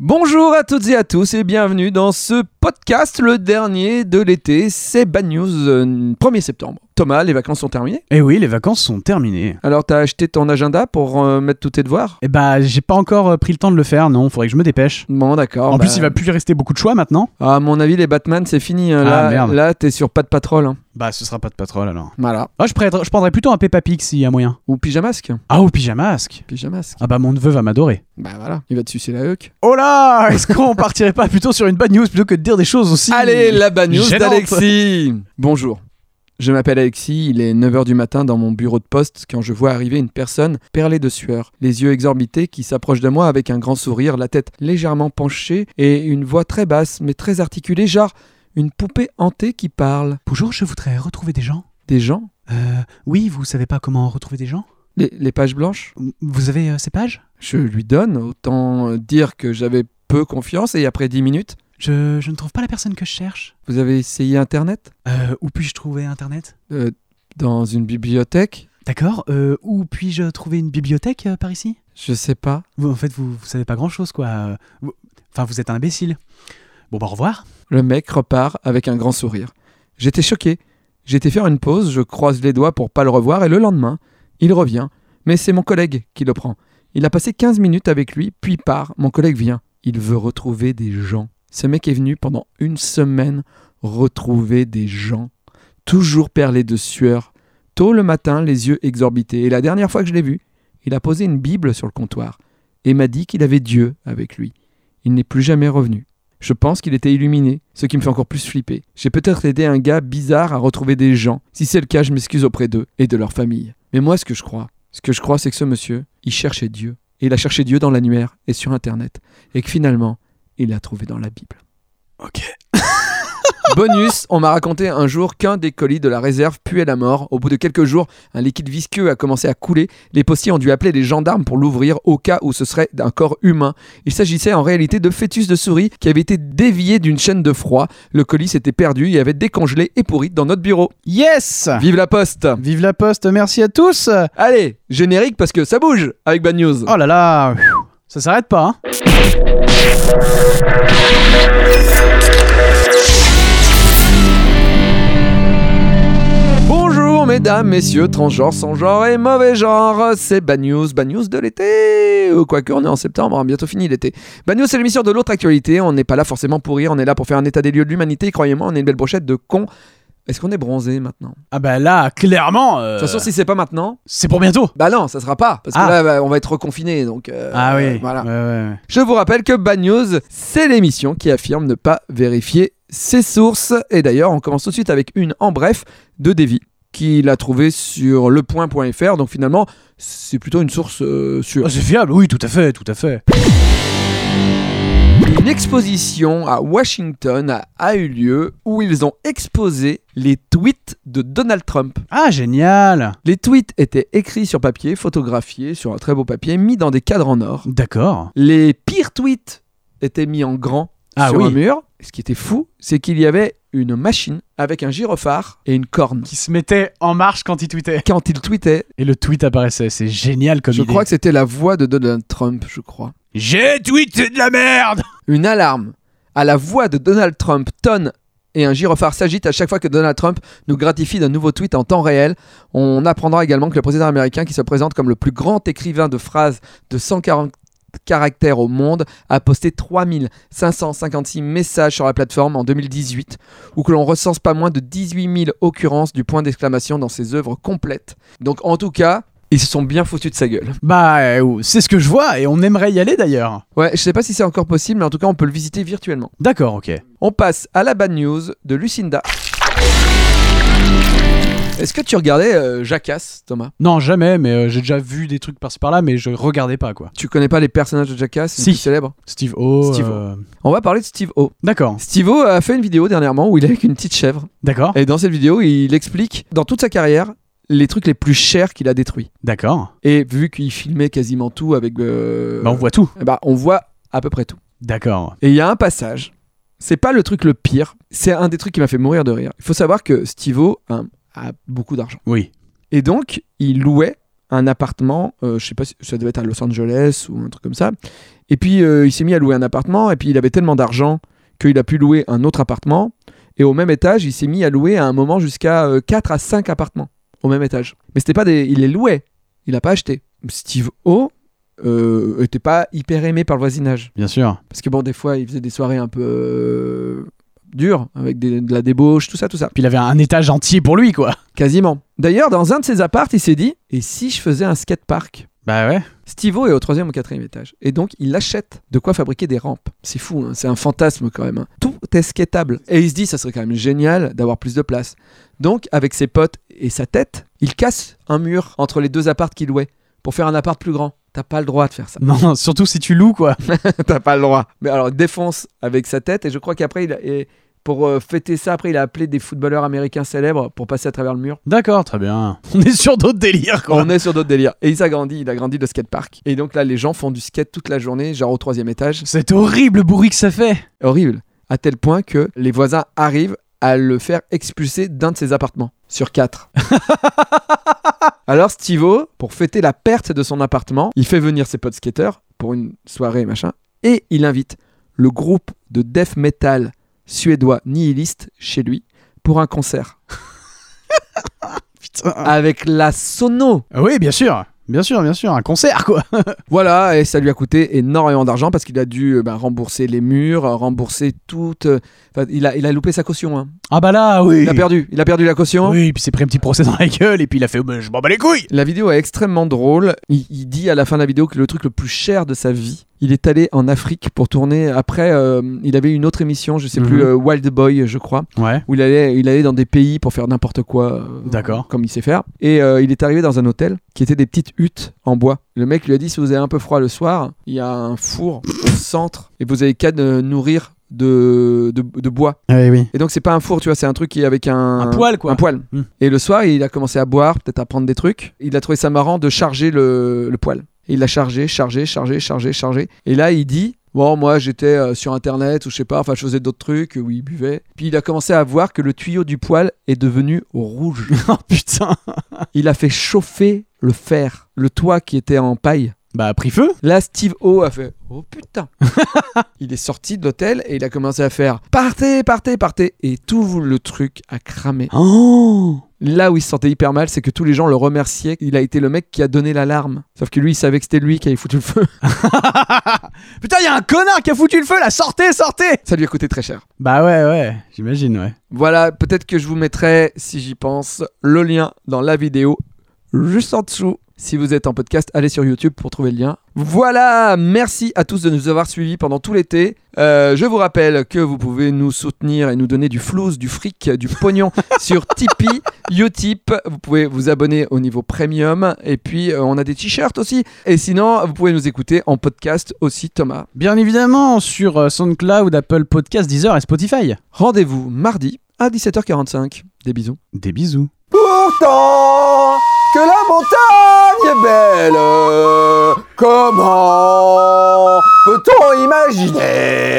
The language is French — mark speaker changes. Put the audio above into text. Speaker 1: Bonjour à toutes et à tous et bienvenue dans ce podcast, le dernier de l'été. C'est Bad News, euh, 1er septembre. Thomas, les vacances sont terminées.
Speaker 2: Eh oui, les vacances sont terminées.
Speaker 1: Alors, t'as acheté ton agenda pour euh, mettre tous tes devoirs
Speaker 2: Eh bah, j'ai pas encore euh, pris le temps de le faire, non, faudrait que je me dépêche.
Speaker 1: Bon, d'accord.
Speaker 2: en
Speaker 1: bah,
Speaker 2: plus, il va plus y rester beaucoup de choix maintenant.
Speaker 1: À mon avis, les Batman, c'est fini. hein.
Speaker 2: Ah,
Speaker 1: là,
Speaker 2: merde.
Speaker 1: là t'es sur pas de patrol. hein.
Speaker 2: Bah, ce sera pas de patrol alors.
Speaker 1: Voilà.
Speaker 2: Ah, je, prêterais- je prendrais plutôt un Peppa Pig s'il y a moyen.
Speaker 1: Ou pyjamasque.
Speaker 2: Ah, ou pyjamasque.
Speaker 1: Pyjamasque.
Speaker 2: Ah bah, mon neveu va m'adorer.
Speaker 1: Bah voilà, il va te sucer la huc.
Speaker 2: Oh là Est-ce qu'on partirait pas plutôt sur une bad news plutôt que de dire des choses aussi
Speaker 1: Allez, la Bad News
Speaker 2: Gênante.
Speaker 1: d'Alexis. Bonjour. Je m'appelle Alexis, il est 9h du matin dans mon bureau de poste quand je vois arriver une personne perlée de sueur, les yeux exorbités qui s'approche de moi avec un grand sourire, la tête légèrement penchée et une voix très basse mais très articulée, genre une poupée hantée qui parle.
Speaker 2: Bonjour, je voudrais retrouver des gens.
Speaker 1: Des gens
Speaker 2: Euh, oui, vous savez pas comment retrouver des gens
Speaker 1: les, les pages blanches
Speaker 2: Vous avez euh, ces pages
Speaker 1: Je lui donne, autant euh, dire que j'avais peu confiance et après 10 minutes,
Speaker 2: je, je ne trouve pas la personne que je cherche.
Speaker 1: vous avez essayé Internet
Speaker 2: Euh, où puis-je trouver Internet
Speaker 1: Euh, Dans une bibliothèque
Speaker 2: D'accord, euh, où puis-je trouver une bibliothèque euh, par ici
Speaker 1: Je sais pas.
Speaker 2: Vous, en fait, vous, vous savez pas grand chose, quoi. Euh, vous- Enfin, vous êtes un imbécile. Bon, bah, au revoir.
Speaker 1: Le mec repart avec un grand sourire. J'étais choqué. J'étais faire une pause, je croise les doigts pour pas le revoir et le lendemain, il revient, mais c'est mon collègue qui le prend. Il a passé 15 minutes avec lui, puis part, mon collègue vient. Il veut retrouver des gens. Ce mec est venu pendant une semaine retrouver des gens, toujours perlé de sueur, tôt le matin, les yeux exorbités. Et la dernière fois que je l'ai vu, il a posé une Bible sur le comptoir et m'a dit qu'il avait Dieu avec lui. Il n'est plus jamais revenu. Je pense qu'il était illuminé, ce qui me fait encore plus flipper. J'ai peut-être aidé un gars bizarre à retrouver des gens. Si c'est le cas, je m'excuse auprès d'eux et de leur famille. Mais moi, ce que je crois, ce que je crois, c'est que ce monsieur, il cherchait Dieu. Et il a cherché Dieu dans l'annuaire et sur Internet. Et que finalement, il l'a trouvé dans la Bible.
Speaker 2: Ok.
Speaker 1: Bonus, on m'a raconté un jour qu'un des colis de la réserve puait la mort. Au bout de quelques jours, un liquide visqueux a commencé à couler. Les postiers ont dû appeler les gendarmes pour l'ouvrir au cas où ce serait un corps humain. Il s'agissait en réalité de fœtus de souris qui avait été dévié d'une chaîne de froid. Le colis s'était perdu et avait décongelé et pourri dans notre bureau.
Speaker 2: Yes
Speaker 1: Vive la poste
Speaker 2: Vive la poste, merci à tous
Speaker 1: Allez, générique parce que ça bouge avec Bad News.
Speaker 2: Oh là là Ça s'arrête pas, hein
Speaker 1: Bonjour mesdames, messieurs, transgenres, sans genre et mauvais genre, c'est Bad News, Bad News de l'été Euh, Quoique on est en septembre, hein, bientôt fini l'été. Bad News c'est l'émission de l'autre actualité, on n'est pas là forcément pour rire, on est là pour faire un état des lieux de l'humanité, croyez-moi on est une belle brochette de cons. Est-ce qu'on est bronzé maintenant
Speaker 2: Ah bah là, clairement euh,
Speaker 1: De toute façon si c'est pas maintenant,
Speaker 2: C'est pour bientôt
Speaker 1: bah non ça sera pas, parce que
Speaker 2: Ah.
Speaker 1: là bah, on va être reconfiné donc... euh,
Speaker 2: Ah oui,
Speaker 1: Voilà.
Speaker 2: ouais, ouais, ouais.
Speaker 1: Je vous rappelle que Bad News, c'est l'émission qui affirme ne pas vérifier ses sources. Et d'ailleurs, on commence tout de suite avec une en bref de Davy, qui l'a trouvée sur lepoint.fr. Donc finalement, c'est plutôt une source euh,
Speaker 2: Oh,
Speaker 1: sûre.
Speaker 2: c'est fiable, oui, tout à fait, tout à fait.
Speaker 1: Une exposition à Washington a, a eu lieu où ils ont exposé les tweets de Donald Trump.
Speaker 2: Ah, génial
Speaker 1: Les tweets étaient écrits sur papier, photographiés sur un très beau papier, mis dans des cadres en or.
Speaker 2: D'accord.
Speaker 1: Les pires tweets étaient mis en grand
Speaker 2: Ah
Speaker 1: sur
Speaker 2: oui.
Speaker 1: un mur. Ce qui était fou, c'est qu'il y avait une machine avec un gyrophare et une corne.
Speaker 2: Qui se mettait en marche quand il tweetait.
Speaker 1: Quand il tweetait,
Speaker 2: Et le tweet apparaissait, c'est génial comme
Speaker 1: je
Speaker 2: idée.
Speaker 1: crois que c'était la voix de Donald Trump, je crois.
Speaker 2: J'ai tweeté de la merde
Speaker 1: Une alarme à la voix de Donald Trump tonne et un gyrophare s'agite à chaque fois que Donald Trump nous gratifie d'un nouveau tweet en temps réel. On apprendra également que le président américain, qui se présente comme le plus grand écrivain de phrases de 140 caractères au monde, a posté 3556 messages sur la plateforme en 2018, ou que l'on recense pas moins de 18 000 occurrences du point d'exclamation dans ses œuvres complètes. Donc en tout cas, ils se sont bien foutus de sa gueule.
Speaker 2: Bah, euh, c'est ce que je vois, et on aimerait y aller d'ailleurs.
Speaker 1: Ouais, je sais pas si c'est encore possible, mais en tout cas, on peut le visiter virtuellement.
Speaker 2: D'accord, ok.
Speaker 1: On passe à la bad news de Lucinda. Est-ce que tu regardais euh, Jackass, Thomas
Speaker 2: Non, jamais, mais euh, j'ai déjà vu des trucs par-ci par-là, mais je regardais pas, quoi.
Speaker 1: Tu connais pas les personnages de Jackass les
Speaker 2: Si.
Speaker 1: plus célèbres
Speaker 2: Steve O.
Speaker 1: Steve O.
Speaker 2: euh,
Speaker 1: On va parler de Steve O.
Speaker 2: D'accord,
Speaker 1: Steve O a fait une vidéo dernièrement où il est avec une petite chèvre.
Speaker 2: d'accord,
Speaker 1: Et dans cette vidéo, il explique dans toute sa carrière les trucs les plus chers qu'il a détruits.
Speaker 2: d'accord.
Speaker 1: Et vu qu'il filmait quasiment tout avec. euh,
Speaker 2: Bah, on voit tout.
Speaker 1: eh ben, on voit à peu près tout.
Speaker 2: D'accord.
Speaker 1: Et il y a un passage. C'est pas le truc le pire. C'est un des trucs qui m'a fait mourir de rire. Il faut savoir que Steve O hein, a beaucoup d'argent.
Speaker 2: Oui.
Speaker 1: Et donc, il louait un appartement, euh, je sais pas si ça devait être à Los Angeles ou un truc comme ça. Et puis euh, il s'est mis à louer un appartement et puis il avait tellement d'argent qu'il a pu louer un autre appartement. Et au même étage, il s'est mis à louer à un moment jusqu'à 4 à 5 appartements au même étage. Mais c'était pas des. Il les louait, il n'a pas acheté. Steve O euh, était pas hyper aimé par le voisinage.
Speaker 2: Bien sûr.
Speaker 1: Parce que bon, des fois, il faisait des soirées un peu euh, dures, avec des- de la débauche, tout ça, tout ça.
Speaker 2: Puis il avait un étage entier pour lui, quoi.
Speaker 1: Quasiment. D'ailleurs, dans un de ses appartes, il s'est dit Et si je faisais un skatepark
Speaker 2: Bah ouais.
Speaker 1: Stivo est au troisième ou quatrième étage. Et donc, il achète de quoi fabriquer des rampes. C'est fou, hein, c'est un fantasme quand même. hein. Tout est skateable. Et il se dit, ça serait quand même génial d'avoir plus de place. Donc, avec ses potes et sa tête, il casse un mur entre les deux appartes qu'il louait pour faire un appart plus grand. T'as pas le droit de faire ça.
Speaker 2: Non, surtout si tu loues, quoi.
Speaker 1: T'as pas le droit. Mais alors, il défonce avec sa tête. Et je crois qu'après, il a- et pour euh, fêter ça, après, il a appelé des footballeurs américains célèbres pour passer à travers le mur.
Speaker 2: D'accord, très bien. On est sur d'autres délires, quoi.
Speaker 1: On est sur d'autres délires. Et il s'agrandit, il agrandit le skatepark. Et donc là, les gens font du skate toute la journée, genre au troisième étage.
Speaker 2: Cet horrible bourri que ça fait.
Speaker 1: Horrible. À tel point que les voisins arrivent à le faire expulser d'un de ses appartements, sur quatre. Alors Stivo, pour fêter la perte de son appartement, il fait venir ses potes skateurs pour une soirée, machin, et il invite le groupe de death metal suédois nihiliste chez lui pour un concert
Speaker 2: Putain.
Speaker 1: avec la sono.
Speaker 2: Ah Oui, bien sûr. Bien sûr, bien sûr. Un concert, quoi.
Speaker 1: Voilà, et ça lui a coûté énormément d'argent parce qu'il a dû euh, bah, rembourser les murs, euh, rembourser tout. euh, enfin, il, a, il a loupé sa caution. hein.
Speaker 2: Ah bah là, oui.
Speaker 1: Il a perdu. Il a perdu la caution.
Speaker 2: Oui, puis il s'est pris un petit procès dans la gueule et puis il a fait Bah, je m'en bats les couilles.
Speaker 1: La vidéo est extrêmement drôle. Il, il dit à la fin de la vidéo que le truc le plus cher de sa vie, il est allé en Afrique pour tourner. Après, euh, il avait une autre émission, je sais
Speaker 2: Mhm.
Speaker 1: plus, euh, Wild Boy, je crois,
Speaker 2: Ouais.
Speaker 1: où il allait, il allait dans des pays pour faire n'importe quoi. euh,
Speaker 2: D'accord.
Speaker 1: Comme il sait faire. Et euh, il est arrivé dans un hôtel qui était des petites huttes en bois. Le mec lui a dit si vous avez un peu froid le soir, il y a un four au centre et vous avez qu'à de nourrir de, de, de bois.
Speaker 2: Oui, Eh oui.
Speaker 1: Et donc c'est pas un four, tu vois, c'est un truc qui est avec un,
Speaker 2: Un poil, quoi.
Speaker 1: Un poil.
Speaker 2: Mm.
Speaker 1: Et le soir, il a commencé à boire, peut-être à prendre des trucs. Il a trouvé ça marrant de charger le, le poil. Et il l'a chargé, chargé, chargé, chargé, chargé. Et là, il dit Bon, moi, j'étais euh, sur Internet, ou je sais pas, enfin, je faisais d'autres trucs, où il buvait. Puis il a commencé à voir que le tuyau du poil est devenu rouge.
Speaker 2: oh putain.
Speaker 1: il a fait chauffer le fer, le toit qui était en paille.
Speaker 2: Bah, a pris feu.
Speaker 1: Là, Steve O a fait Oh putain Il est sorti de l'hôtel et il a commencé à faire Partez, partez, partez Et tout le truc a cramé.
Speaker 2: Oh.
Speaker 1: Là où il se sentait hyper mal, c'est que tous les gens le remerciaient. Il a été le mec qui a donné l'alarme. Sauf que lui, il savait que c'était lui qui avait foutu le feu.
Speaker 2: Putain, il y a un connard qui a foutu le feu là. Sortez, sortez.
Speaker 1: Ça lui a coûté très cher.
Speaker 2: Bah ouais, ouais. J'imagine, ouais.
Speaker 1: Voilà, peut-être que je vous mettrai, si j'y pense, le lien dans la vidéo juste en dessous. Si vous êtes en podcast, allez sur YouTube pour trouver le lien. Voilà, merci à tous de nous avoir suivis pendant tout l'été. Euh, je vous rappelle que vous pouvez nous soutenir et nous donner du flouze, du fric, du pognon sur Tipeee, Utip. Vous pouvez vous abonner au niveau premium. Et puis, euh, on a des t-shirts aussi. Et sinon, vous pouvez nous écouter en podcast aussi, Thomas.
Speaker 2: Bien évidemment, sur euh, SoundCloud, Apple Podcast, Deezer et Spotify.
Speaker 1: Rendez-vous mardi à 17h45. Des bisous.
Speaker 2: Des bisous.
Speaker 1: Pourtant que la montagne est belle, comment peut-on imaginer